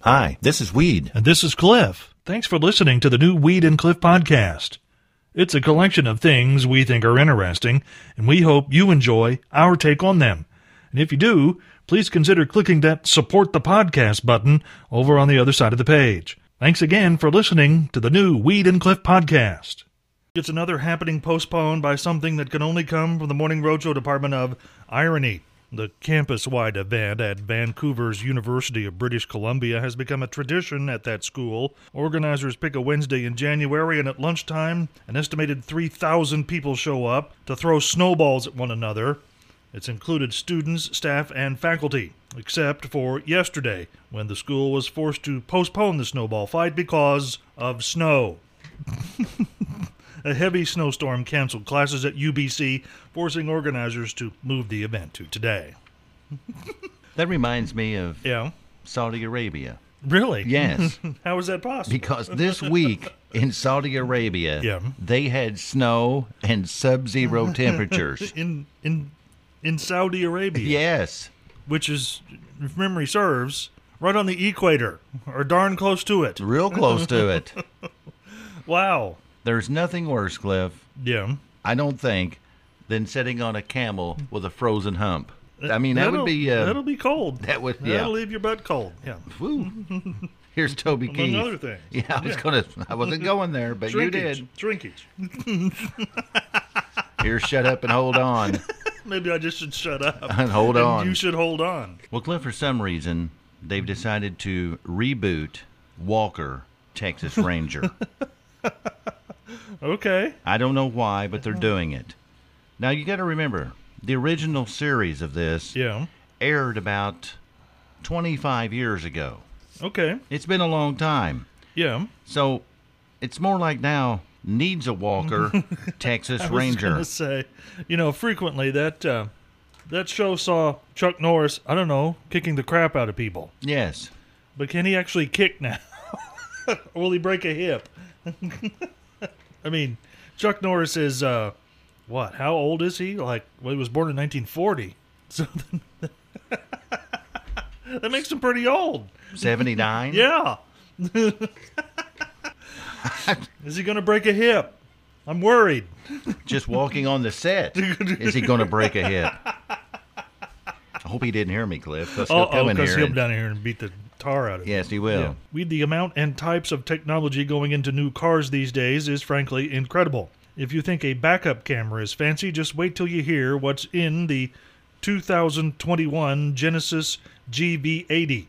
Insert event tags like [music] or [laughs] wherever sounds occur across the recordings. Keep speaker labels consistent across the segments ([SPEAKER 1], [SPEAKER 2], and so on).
[SPEAKER 1] Hi, this is Weed.
[SPEAKER 2] And this is Cliff. Thanks for listening to the new Weed and Cliff podcast. It's a collection of things we think are interesting, and we hope you enjoy our take on them. And if you do, please consider clicking that support the podcast button over on the other side of the page. Thanks again for listening to the new Weed and Cliff podcast. It's another happening postponed by something that can only come from the Morning Roadshow Department of Irony. The campus wide event at Vancouver's University of British Columbia has become a tradition at that school. Organizers pick a Wednesday in January, and at lunchtime, an estimated 3,000 people show up to throw snowballs at one another. It's included students, staff, and faculty, except for yesterday, when the school was forced to postpone the snowball fight because of snow. a heavy snowstorm canceled classes at UBC, forcing organizers to move the event to today.
[SPEAKER 1] That reminds me of
[SPEAKER 2] Yeah.
[SPEAKER 1] Saudi Arabia.
[SPEAKER 2] Really? [laughs]
[SPEAKER 1] Yes,
[SPEAKER 2] How is that possible?
[SPEAKER 1] because this week in Saudi Arabia,
[SPEAKER 2] Yeah.
[SPEAKER 1] they had snow and sub
[SPEAKER 2] [laughs]
[SPEAKER 1] zero temperatures.
[SPEAKER 2] in in in Saudi Arabia,
[SPEAKER 1] yes.
[SPEAKER 2] which is, if memory serves, right on the equator or darn close to it.
[SPEAKER 1] Real close to it.
[SPEAKER 2] Wow.
[SPEAKER 1] There's nothing worse, Cliff,
[SPEAKER 2] Yeah.
[SPEAKER 1] I don't think, than sitting on a camel with a frozen hump. I mean, that
[SPEAKER 2] That'll-
[SPEAKER 1] would be. Uh,
[SPEAKER 2] that'll be cold.
[SPEAKER 1] that would- yeah.
[SPEAKER 2] That'll leave your butt cold. Yeah.
[SPEAKER 1] whew.
[SPEAKER 2] [laughs]
[SPEAKER 1] Here's Toby
[SPEAKER 2] Among
[SPEAKER 1] Keith.
[SPEAKER 2] other things.
[SPEAKER 1] Yeah, I was gonna. I wasn't going there, but you
[SPEAKER 2] Shrinkage.
[SPEAKER 1] did.
[SPEAKER 2] Shrinkage. [laughs]
[SPEAKER 1] Here, shut up and hold
[SPEAKER 2] [laughs]
[SPEAKER 1] on.
[SPEAKER 2] Maybe I just should shut up.
[SPEAKER 1] And [laughs] hold
[SPEAKER 2] And
[SPEAKER 1] on.
[SPEAKER 2] You should hold on.
[SPEAKER 1] Well, Cliff, for some reason, they've decided to reboot Walker,
[SPEAKER 2] [laughs]
[SPEAKER 1] Texas Ranger.
[SPEAKER 2] Okay.
[SPEAKER 1] I don't know why, but they're doing it. Now, you got to remember, the original series of this
[SPEAKER 2] Yeah.
[SPEAKER 1] aired about 25 years ago.
[SPEAKER 2] Okay.
[SPEAKER 1] It's been a long time.
[SPEAKER 2] Yeah.
[SPEAKER 1] So it's more like now needs a
[SPEAKER 2] [laughs]
[SPEAKER 1] Walker, Texas
[SPEAKER 2] I
[SPEAKER 1] Ranger.
[SPEAKER 2] was gonna say, you know, frequently that uh, that show saw Chuck Norris. I don't know, kicking the crap out of people.
[SPEAKER 1] Yes.
[SPEAKER 2] But can he actually kick now? [laughs] or will he break a hip? [laughs] I mean, Chuck Norris is uh, what? How old is he? Like, well, he was born in 1940, [laughs] so that makes him pretty old.
[SPEAKER 1] 79?
[SPEAKER 2] Yeah. [laughs] is he going to break a hip? I'm worried.
[SPEAKER 1] Just walking on the set. Is he going to break a hip? I hope he didn't hear me, Cliff, 'cause he'll
[SPEAKER 2] Oh,
[SPEAKER 1] come in
[SPEAKER 2] because
[SPEAKER 1] here.
[SPEAKER 2] he'll
[SPEAKER 1] and-
[SPEAKER 2] down here and beat the tar out of you.
[SPEAKER 1] Yes, he will.
[SPEAKER 2] Yeah. We, the amount and types of technology going into new cars these days is frankly incredible. If you think a backup camera is fancy, just wait till you hear what's in the 2021 Genesis GB80.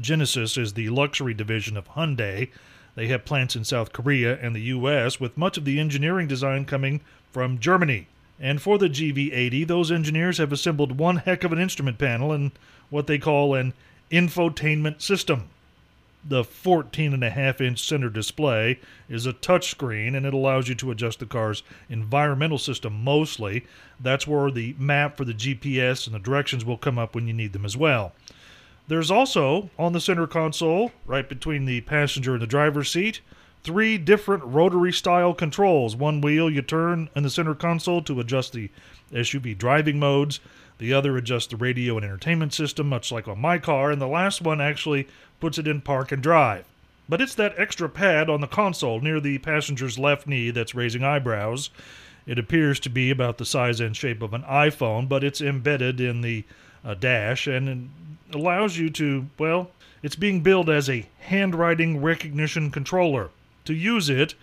[SPEAKER 2] Genesis is the luxury division of Hyundai. They have plants in South Korea and the US, with much of the engineering design coming from Germany. And for the GV80, those engineers have assembled one heck of an instrument panel and what they call an infotainment system. The 14 and a half inch center display is a touchscreen and it allows you to adjust the car's environmental system mostly. That's where the map for the GPS and the directions will come up when you need them as well. There's also on the center console, right between the passenger and the driver's seat, three different rotary style controls. One wheel you turn in the center console to adjust the SUV driving modes, the other adjusts the radio and entertainment system, much like on my car, and the last one actually puts it in park and drive. But it's that extra pad on the console near the passenger's left knee that's raising eyebrows. It appears to be about the size and shape of an iPhone, but it's embedded in the uh, dash and it allows you to, well, it's being billed as a handwriting recognition controller. To use it,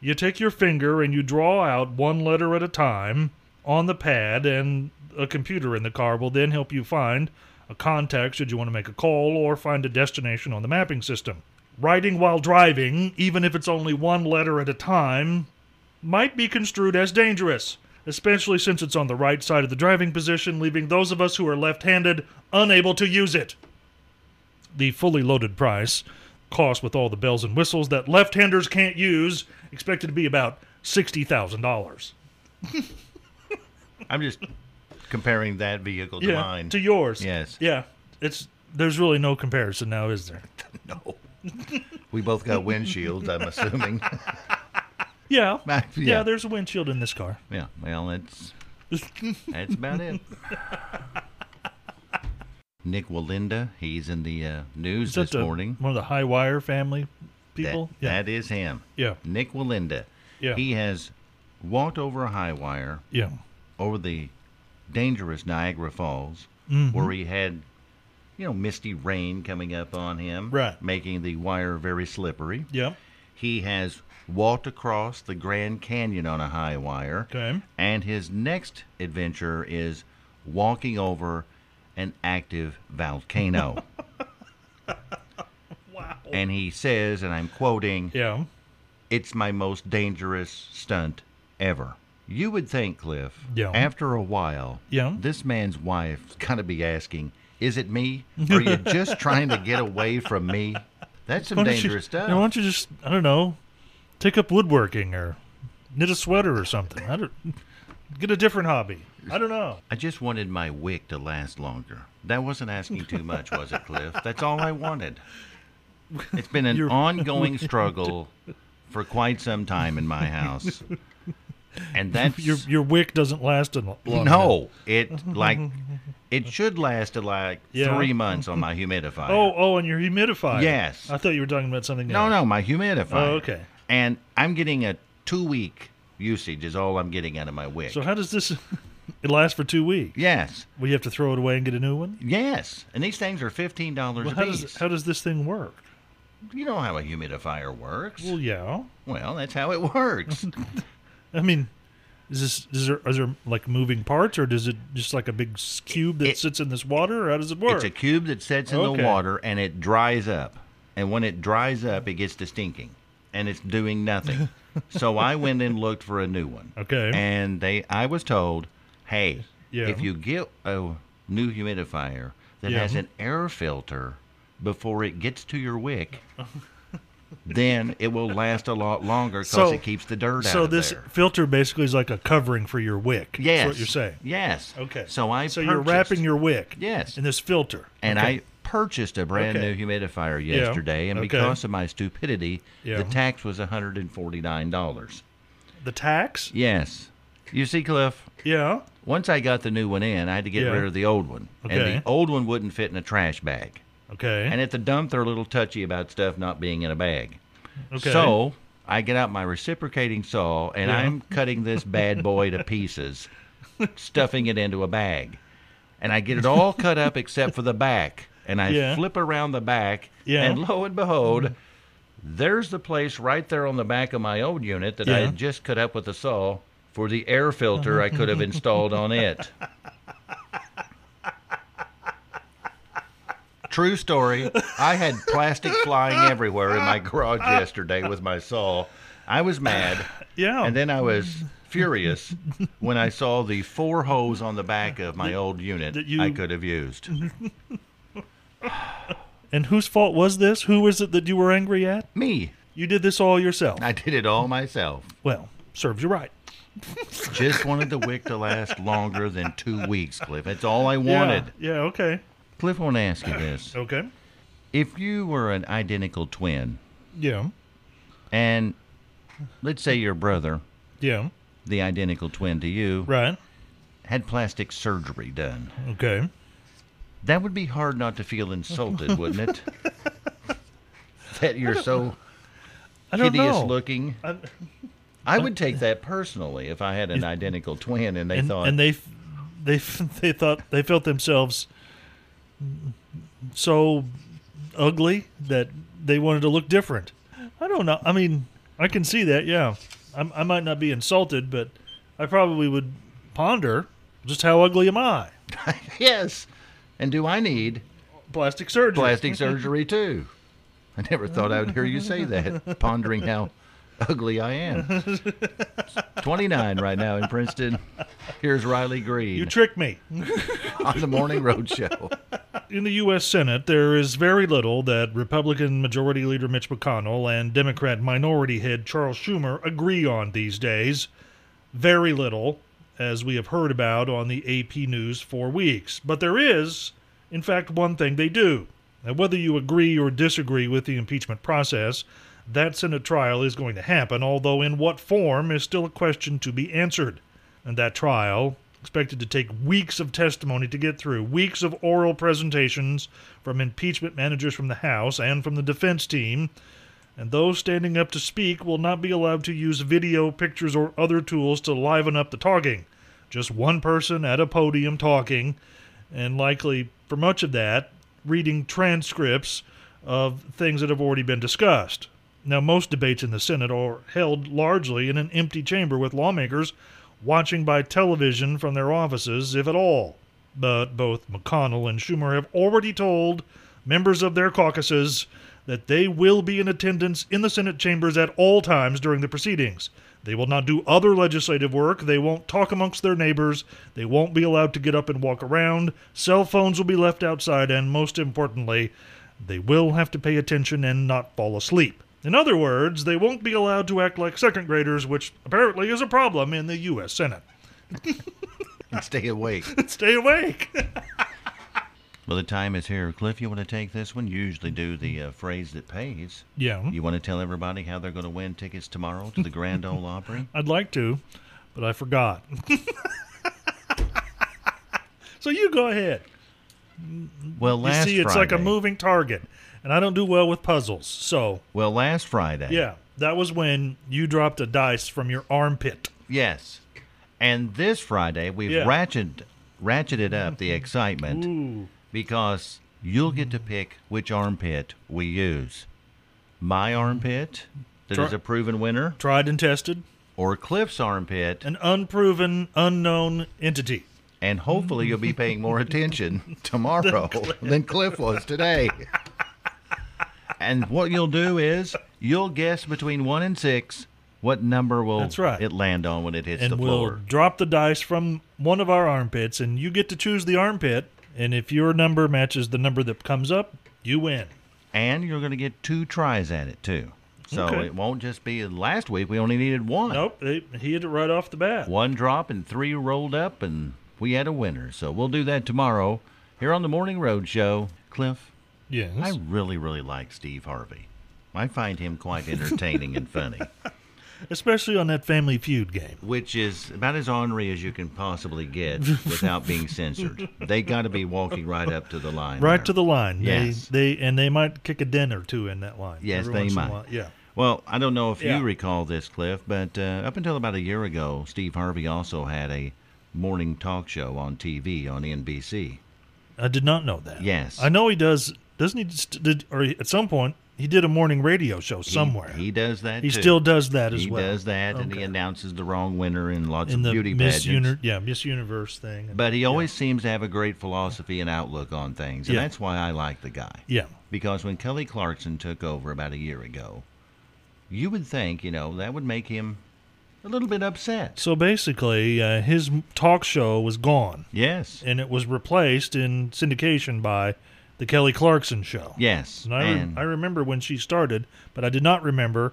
[SPEAKER 2] you take your finger and you draw out one letter at a time on the pad, and a computer in the car will then help you find a contact should you want to make a call or find a destination on the mapping system. Writing while driving, even if it's only one letter at a time, might be construed as dangerous, especially since it's on the right side of the driving position, leaving those of us who are left handed unable to use it. The fully loaded price, cost with all the bells and whistles that left handers can't use, expected to be about $60,000.
[SPEAKER 1] I'm just comparing that vehicle to
[SPEAKER 2] Yeah,
[SPEAKER 1] mine.
[SPEAKER 2] to yours.
[SPEAKER 1] Yes.
[SPEAKER 2] Yeah. It's there's really no comparison now,
[SPEAKER 1] [laughs]
[SPEAKER 2] is there?
[SPEAKER 1] [laughs] No. We both got windshields, I'm assuming.
[SPEAKER 2] Yeah.
[SPEAKER 1] [laughs] Yeah.
[SPEAKER 2] yeah. there's a windshield in this car.
[SPEAKER 1] [laughs] yeah,
[SPEAKER 2] [laughs]
[SPEAKER 1] well, that's that's about it. Nick Walinda. He's in the uh, news
[SPEAKER 2] Is that
[SPEAKER 1] this
[SPEAKER 2] the,
[SPEAKER 1] morning.
[SPEAKER 2] one of the high wire family
[SPEAKER 1] That-
[SPEAKER 2] people? yeah.
[SPEAKER 1] that is him.
[SPEAKER 2] yeah.
[SPEAKER 1] Nick Walinda.
[SPEAKER 2] Yeah.
[SPEAKER 1] He has walked over a high wire
[SPEAKER 2] Yeah.
[SPEAKER 1] over the dangerous Niagara Falls,
[SPEAKER 2] Mm-hmm.
[SPEAKER 1] where he had, you know, misty rain coming up on him,
[SPEAKER 2] Right.
[SPEAKER 1] making the wire very slippery.
[SPEAKER 2] Yeah.
[SPEAKER 1] He has walked across the Grand Canyon on a high wire.
[SPEAKER 2] Okay.
[SPEAKER 1] And his next adventure is walking over an active volcano.
[SPEAKER 2] [laughs] Wow.
[SPEAKER 1] and he says, and I'm quoting,
[SPEAKER 2] Yeah.
[SPEAKER 1] it's my most dangerous stunt ever. You would think, Cliff,
[SPEAKER 2] Yeah.
[SPEAKER 1] after a while,
[SPEAKER 2] Yeah.
[SPEAKER 1] this man's wife's got to be asking, is it me? Are
[SPEAKER 2] [laughs]
[SPEAKER 1] you just trying to get away from me? That's some
[SPEAKER 2] Why don't you-
[SPEAKER 1] dangerous
[SPEAKER 2] you know,
[SPEAKER 1] stuff.
[SPEAKER 2] why don't you just I don't know, take up woodworking or knit a sweater or something. I don't get a different hobby. I don't know.
[SPEAKER 1] I just wanted my wick to last longer. That wasn't asking too much, was it, Cliff? That's all I wanted. It's been an
[SPEAKER 2] [laughs] You're-
[SPEAKER 1] ongoing struggle for quite some time in my house. And that's
[SPEAKER 2] Your your wick doesn't last in long. enough.
[SPEAKER 1] no, it like it should last to like
[SPEAKER 2] Yeah.
[SPEAKER 1] 3 months on my humidifier.
[SPEAKER 2] Oh, oh, and your humidifier.
[SPEAKER 1] Yes.
[SPEAKER 2] I thought you were talking about something
[SPEAKER 1] No,
[SPEAKER 2] else.
[SPEAKER 1] no, my humidifier.
[SPEAKER 2] Oh, okay.
[SPEAKER 1] And I'm getting a 2 week usage is all I'm getting out of my wick.
[SPEAKER 2] So how does this? [laughs] it lasts for two weeks.
[SPEAKER 1] yes.
[SPEAKER 2] Well, you have to throw it away and get a new one.
[SPEAKER 1] Yes. And these things are $15
[SPEAKER 2] Well,
[SPEAKER 1] a
[SPEAKER 2] how
[SPEAKER 1] piece.
[SPEAKER 2] does how does this thing work?
[SPEAKER 1] You know how a humidifier works.
[SPEAKER 2] Well, yeah.
[SPEAKER 1] Well, that's how it
[SPEAKER 2] [laughs]
[SPEAKER 1] works.
[SPEAKER 2] I mean, is this is there is there like moving parts or does it just like a big s- cube that
[SPEAKER 1] It-
[SPEAKER 2] sits in this water or how does it work?
[SPEAKER 1] it's a cube that sets in
[SPEAKER 2] Okay.
[SPEAKER 1] the water and it dries up. And when it dries up, it gets to stinking and it's doing
[SPEAKER 2] [laughs]
[SPEAKER 1] nothing. so I went and looked for a new one.
[SPEAKER 2] Okay.
[SPEAKER 1] And they I was told, "Hey,
[SPEAKER 2] Yeah.
[SPEAKER 1] if you get a new humidifier that
[SPEAKER 2] Yeah.
[SPEAKER 1] has an air filter before it gets to your wick, [laughs] then it will last a lot longer cuz
[SPEAKER 2] So-
[SPEAKER 1] it keeps the dirt out
[SPEAKER 2] so
[SPEAKER 1] of
[SPEAKER 2] this
[SPEAKER 1] there."
[SPEAKER 2] filter basically is like a covering for your wick.
[SPEAKER 1] Yes.
[SPEAKER 2] That's what you're saying.
[SPEAKER 1] Yes.
[SPEAKER 2] Okay.
[SPEAKER 1] So I
[SPEAKER 2] so you're
[SPEAKER 1] purchased-
[SPEAKER 2] wrapping your wick.
[SPEAKER 1] Yes.
[SPEAKER 2] In this filter.
[SPEAKER 1] and
[SPEAKER 2] Okay.
[SPEAKER 1] I purchased a brand
[SPEAKER 2] Okay.
[SPEAKER 1] new humidifier yesterday, and
[SPEAKER 2] Okay.
[SPEAKER 1] because of my stupidity,
[SPEAKER 2] Yeah.
[SPEAKER 1] the tax was $149.
[SPEAKER 2] the tax.
[SPEAKER 1] Yes. You see, Cliff,
[SPEAKER 2] Yeah.
[SPEAKER 1] once I got the new one in, I had to get
[SPEAKER 2] Yeah.
[SPEAKER 1] rid of the old one.
[SPEAKER 2] Okay.
[SPEAKER 1] And the old one wouldn't fit in a trash bag.
[SPEAKER 2] Okay.
[SPEAKER 1] And at the dump, they're a little touchy about stuff not being in a bag.
[SPEAKER 2] okay.
[SPEAKER 1] So I get out my reciprocating saw, and
[SPEAKER 2] Yeah.
[SPEAKER 1] I'm cutting this bad boy to
[SPEAKER 2] [laughs]
[SPEAKER 1] pieces, stuffing it into a bag. And I get it all cut up except for the back. And I
[SPEAKER 2] Yeah.
[SPEAKER 1] flip around the back,
[SPEAKER 2] Yeah. Mm-hmm.
[SPEAKER 1] and lo and behold, there's the place right there on the back of my old unit that I
[SPEAKER 2] Yeah.
[SPEAKER 1] had just cut up with the saw for the air filter I
[SPEAKER 2] [laughs]
[SPEAKER 1] could have installed on it. True story. I had plastic flying everywhere in my garage yesterday with my saw. I was mad,
[SPEAKER 2] yeah.
[SPEAKER 1] and then I was furious when I saw the four hose on the back of my old unit
[SPEAKER 2] that you-
[SPEAKER 1] I could have used.
[SPEAKER 2] and whose fault was this? Who was it that you were angry at?
[SPEAKER 1] Me.
[SPEAKER 2] You did this all yourself.
[SPEAKER 1] I did it all myself.
[SPEAKER 2] well, serves you right.
[SPEAKER 1] Just wanted the wick to last longer than two weeks, Cliff. That's all I wanted.
[SPEAKER 2] Yeah. yeah. Okay.
[SPEAKER 1] Cliff, I want to ask you this.
[SPEAKER 2] Okay.
[SPEAKER 1] If you were an identical twin,
[SPEAKER 2] Yeah.
[SPEAKER 1] and let's say your brother,
[SPEAKER 2] Yeah.
[SPEAKER 1] the identical twin to you,
[SPEAKER 2] Right.
[SPEAKER 1] had plastic surgery done,
[SPEAKER 2] Okay.
[SPEAKER 1] that would be hard not to feel insulted, wouldn't
[SPEAKER 2] [laughs]
[SPEAKER 1] it? that you're so
[SPEAKER 2] I don't
[SPEAKER 1] hideous
[SPEAKER 2] know.
[SPEAKER 1] looking.
[SPEAKER 2] I-
[SPEAKER 1] I would take that personally if I had an identical twin and they
[SPEAKER 2] and,
[SPEAKER 1] thought,
[SPEAKER 2] and they f- they f- [laughs] they thought they felt themselves so ugly that they wanted to look different. I don't know. I mean, I can see that. Yeah, I, I might not be insulted, but I probably would ponder just how ugly am I?
[SPEAKER 1] [laughs] yes, and do I need
[SPEAKER 2] Plastic surgery.
[SPEAKER 1] plastic surgery too? I never thought I would hear you say
[SPEAKER 2] [laughs]
[SPEAKER 1] that, pondering how ugly I am. It's 29 right now in Princeton. Here's Riley
[SPEAKER 2] You
[SPEAKER 1] Green
[SPEAKER 2] tricked me. [laughs]
[SPEAKER 1] on the Morning Road Show.
[SPEAKER 2] in the U.S. Senate, there is very little that Republican Majority Leader Mitch McConnell and Democrat Minority Head Charles Schumer agree on these days. Very little, as we have heard about on the AP News for weeks. But there is, in fact, one thing they do. Now, whether you agree or disagree with the impeachment process, that Senate trial is going to happen, although in what form is still a question to be answered. And that trial expected to take weeks of testimony to get through, weeks of oral presentations from impeachment managers from the House and from the defense team. And those standing up to speak will not be allowed to use video, pictures, or other tools to liven up the talking. Just one person at a podium talking, and likely for much of that, reading transcripts of things that have already been discussed. Now, most debates in the Senate are held largely in an empty chamber with lawmakers watching by television from their offices, if at all. But both McConnell and Schumer have already told members of their caucuses that they will be in attendance in the Senate chambers at all times during the proceedings. They will not do other legislative work. They won't talk amongst their neighbors. They won't be allowed to get up and walk around. Cell phones will be left outside. And most importantly, they will have to pay attention and not fall asleep. In other words, they won't be allowed to act like second graders, which apparently is a problem in the U.S. Senate. [laughs]
[SPEAKER 1] and stay awake.
[SPEAKER 2] Stay awake. [laughs]
[SPEAKER 1] Well, the time is here. Cliff, you want to take this one? You usually do the uh, phrase that pays.
[SPEAKER 2] yeah,
[SPEAKER 1] You want to tell everybody how they're going to win tickets tomorrow to the Grand Ole Opry?
[SPEAKER 2] I'd like to, but I forgot. so you go ahead.
[SPEAKER 1] Well,
[SPEAKER 2] [laughs] You
[SPEAKER 1] last
[SPEAKER 2] see, it's like a
[SPEAKER 1] Friday-
[SPEAKER 2] moving target, and I don't do well with puzzles. So
[SPEAKER 1] Well, last Friday.
[SPEAKER 2] yeah, that was when you dropped a dice from your armpit.
[SPEAKER 1] Yes. And this Friday, we've
[SPEAKER 2] Yeah.
[SPEAKER 1] ratcheted, ratcheted up the excitement because you'll get to pick which armpit we use. My armpit, that is
[SPEAKER 2] Try-
[SPEAKER 1] a proven winner,
[SPEAKER 2] Tried and tested,
[SPEAKER 1] or Cliff's armpit,
[SPEAKER 2] an unproven, unknown entity.
[SPEAKER 1] and hopefully you'll be paying more
[SPEAKER 2] [laughs]
[SPEAKER 1] attention tomorrow than Cliff was today. and what you'll do is you'll guess between one and six what number will
[SPEAKER 2] That's right.
[SPEAKER 1] it land on when it hits
[SPEAKER 2] and
[SPEAKER 1] the
[SPEAKER 2] we'll
[SPEAKER 1] floor.
[SPEAKER 2] drop the dice from one of our armpits, and you get to choose the armpit. And if your number matches the number that comes up, you win.
[SPEAKER 1] and you're going to get two tries at it too. So
[SPEAKER 2] Okay.
[SPEAKER 1] it won't just be last week. We only needed one.
[SPEAKER 2] Nope, they, he hit it right off the bat.
[SPEAKER 1] One drop and three rolled up, and we had a winner. So we'll do that tomorrow here on the Morning Road Show. Cliff,
[SPEAKER 2] Yes,
[SPEAKER 1] I really, really like Steve Harvey. I find him quite entertaining and funny,
[SPEAKER 2] especially on that Family Feud game.
[SPEAKER 1] which is about as ornery as you can possibly
[SPEAKER 2] [laughs]
[SPEAKER 1] get without being censored. They got to be walking right up to the line.
[SPEAKER 2] Right
[SPEAKER 1] there.
[SPEAKER 2] to the line.
[SPEAKER 1] Yes.
[SPEAKER 2] They, they and they might kick a den or two in that line.
[SPEAKER 1] Yes,
[SPEAKER 2] every
[SPEAKER 1] they
[SPEAKER 2] once in a
[SPEAKER 1] might.
[SPEAKER 2] while. Yeah.
[SPEAKER 1] Well, I don't know if
[SPEAKER 2] Yeah.
[SPEAKER 1] you recall this, Cliff, but uh, up until about a year ago, Steve Harvey also had a morning talk show on TV on NBC.
[SPEAKER 2] I did not know that.
[SPEAKER 1] Yes.
[SPEAKER 2] I know he does. Doesn't he? Just, did or at some point he did a morning radio show somewhere.
[SPEAKER 1] He does that.
[SPEAKER 2] He
[SPEAKER 1] too.
[SPEAKER 2] still does that as
[SPEAKER 1] He
[SPEAKER 2] well.
[SPEAKER 1] does that, and he
[SPEAKER 2] Okay.
[SPEAKER 1] announces the wrong winner in lots
[SPEAKER 2] in
[SPEAKER 1] of
[SPEAKER 2] the
[SPEAKER 1] beauty
[SPEAKER 2] Miss
[SPEAKER 1] pageants.
[SPEAKER 2] Uni- yeah, Miss Universe thing.
[SPEAKER 1] but he always seems to have a great philosophy and outlook on things, and
[SPEAKER 2] Yeah.
[SPEAKER 1] that's why I like the guy.
[SPEAKER 2] yeah,
[SPEAKER 1] Because when Kelly Clarkson took over about a year ago, you would think, you know, that would make him a little bit upset.
[SPEAKER 2] So basically, uh, his m- talk show was gone,
[SPEAKER 1] Yes.
[SPEAKER 2] and it was replaced in syndication by the Kelly Clarkson show.
[SPEAKER 1] Yes.
[SPEAKER 2] and I, re-
[SPEAKER 1] and-
[SPEAKER 2] I remember when she started, but I did not remember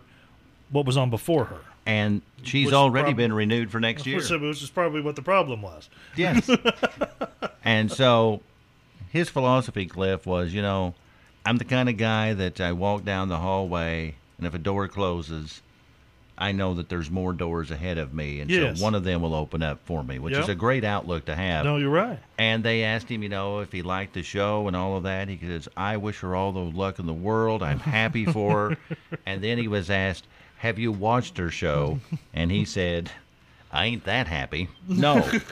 [SPEAKER 2] what was on before her.
[SPEAKER 1] and she's
[SPEAKER 2] Which
[SPEAKER 1] already
[SPEAKER 2] prob-
[SPEAKER 1] been renewed for next year.
[SPEAKER 2] Which which is probably what the problem was. [laughs]
[SPEAKER 1] Yes. and so his philosophy, Cliff, was you know, I'm the kind of guy that I walk down the hallway, and if a door closes, I know that there's more doors ahead of me, and
[SPEAKER 2] Yes.
[SPEAKER 1] so one of them will open up for me, which is
[SPEAKER 2] Yep.
[SPEAKER 1] a great outlook to have.
[SPEAKER 2] No, you're right.
[SPEAKER 1] And they asked him, you know, if he liked the show and all of that. He says, I wish her all the luck in the world. I'm happy for
[SPEAKER 2] [laughs]
[SPEAKER 1] her. and then he was asked, Have you watched her show? And he said, I ain't that happy.
[SPEAKER 2] [laughs]
[SPEAKER 1] No. [laughs]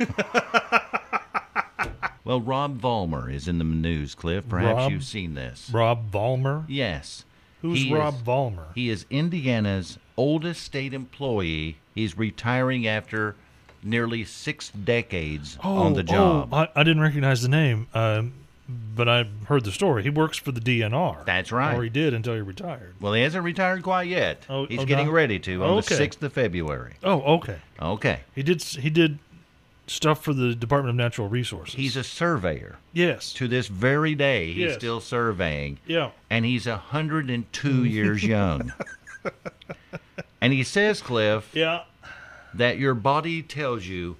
[SPEAKER 1] well, Rob Vollmer is in the news, Cliff. Perhaps
[SPEAKER 2] Rob?
[SPEAKER 1] you've seen this.
[SPEAKER 2] Rob Vollmer.
[SPEAKER 1] Yes.
[SPEAKER 2] Who's
[SPEAKER 1] He is-
[SPEAKER 2] Rob Vollmer?
[SPEAKER 1] he is Indiana's oldest state employee. He's retiring after nearly six decades on the job.
[SPEAKER 2] oh, I, I didn't recognize the name, um, but I heard the story. He works for the DNR.
[SPEAKER 1] That's right.
[SPEAKER 2] Or he did until he retired.
[SPEAKER 1] Well, he hasn't retired quite yet.
[SPEAKER 2] Oh,
[SPEAKER 1] He's
[SPEAKER 2] oh,
[SPEAKER 1] getting
[SPEAKER 2] not-
[SPEAKER 1] ready to on
[SPEAKER 2] Okay.
[SPEAKER 1] the 6th of February.
[SPEAKER 2] Oh, okay.
[SPEAKER 1] Okay.
[SPEAKER 2] He did. s- He did stuff for the Department of Natural Resources.
[SPEAKER 1] He's a surveyor.
[SPEAKER 2] yes.
[SPEAKER 1] To this very day, he's
[SPEAKER 2] Yes.
[SPEAKER 1] still surveying,
[SPEAKER 2] Yeah.
[SPEAKER 1] and he's
[SPEAKER 2] [laughs]
[SPEAKER 1] 102 years young. And he says, Cliff,
[SPEAKER 2] Yeah.
[SPEAKER 1] that your body tells you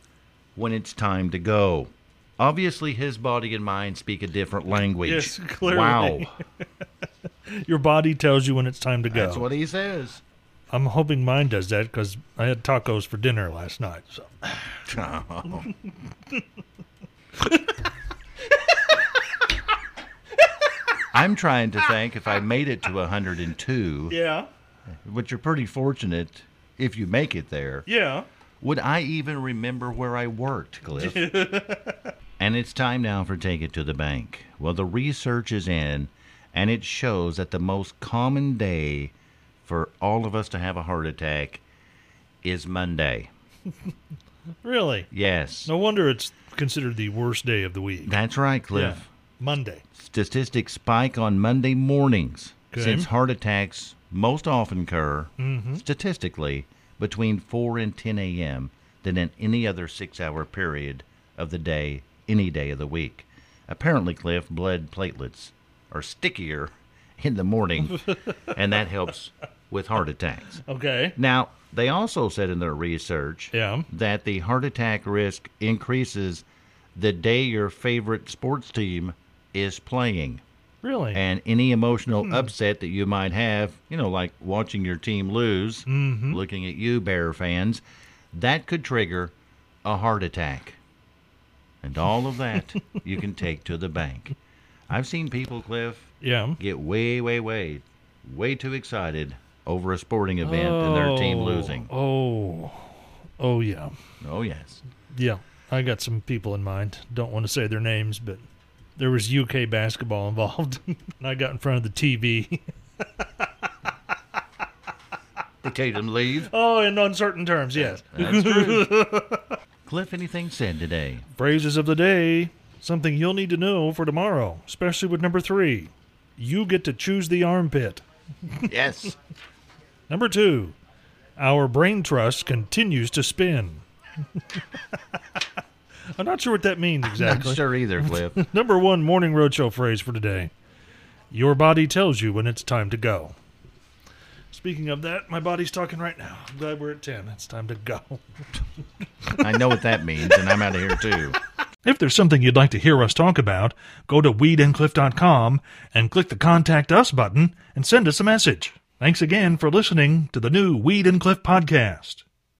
[SPEAKER 1] when it's time to go. Obviously, his body and mind speak a different language.
[SPEAKER 2] Yes, clearly. [laughs]
[SPEAKER 1] Wow.
[SPEAKER 2] Your body tells you when it's time to go.
[SPEAKER 1] That's what he says.
[SPEAKER 2] I'm hoping mine does that because I had tacos for dinner last night. So
[SPEAKER 1] [laughs] I'm trying to think if I made it to 102,
[SPEAKER 2] yeah,
[SPEAKER 1] which you're pretty fortunate if you make it there.
[SPEAKER 2] yeah.
[SPEAKER 1] Would I even remember where I worked, Cliff? and it's time now for Take It to the Bank. Well, the research is in, and it shows that the most common day for all of us to have a heart attack is Monday.
[SPEAKER 2] Really?
[SPEAKER 1] Yes.
[SPEAKER 2] No wonder it's considered the worst day of the week.
[SPEAKER 1] That's right,
[SPEAKER 2] Yeah.
[SPEAKER 1] Cliff.
[SPEAKER 2] Monday.
[SPEAKER 1] Statistics spike on Monday mornings
[SPEAKER 2] Okay. Mm-hmm.
[SPEAKER 1] since heart attacks most often occur statistically between 4 and 10 a.m. than in any other six hour period of the day, any day of the week. Apparently, Cliff, blood platelets are stickier [laughs] in the
[SPEAKER 2] [laughs]
[SPEAKER 1] morning, and that helps with heart attacks.
[SPEAKER 2] Okay.
[SPEAKER 1] Now, they also said in their research
[SPEAKER 2] Yeah.
[SPEAKER 1] that the heart attack risk increases the day your favorite sports team is playing.
[SPEAKER 2] Really?
[SPEAKER 1] And any emotional upset that you might have, you know, like watching your team lose, looking at you, Bear fans, that could trigger a heart attack. And all of that you can take to the bank. I've seen people, Cliff,
[SPEAKER 2] yeah.
[SPEAKER 1] get way, way, way, way too excited over a sporting event and their team
[SPEAKER 2] Oh,
[SPEAKER 1] losing.
[SPEAKER 2] Oh. Oh yeah.
[SPEAKER 1] Oh, yes.
[SPEAKER 2] Yeah. I got some people in mind. Don't want to say their names, but there was UK basketball involved. [laughs] and I got in front of the TV.
[SPEAKER 1] They take them leave.
[SPEAKER 2] oh, in uncertain terms, yes.
[SPEAKER 1] That's true. Cliff, anything said today?
[SPEAKER 2] Phrases of the day. Something you'll need to know for tomorrow, especially with number three. You get to choose the armpit.
[SPEAKER 1] Yes.
[SPEAKER 2] Number two, our brain trust continues to spin. [laughs] I'm not sure what that means
[SPEAKER 1] Not
[SPEAKER 2] exactly.
[SPEAKER 1] sure either, Cliff.
[SPEAKER 2] Number one morning roadshow phrase for today Your body tells you when it's time to go. Speaking of that, my body's talking right now. I'm glad we're at 10. It's time to go.
[SPEAKER 1] [laughs] I know what that means, and I'm out of here too.
[SPEAKER 2] If there's something you'd like to hear us talk about, go to weedandcliff.com and click the Contact Us button and send us a message. Thanks again for listening to the new Weed and Cliff podcast.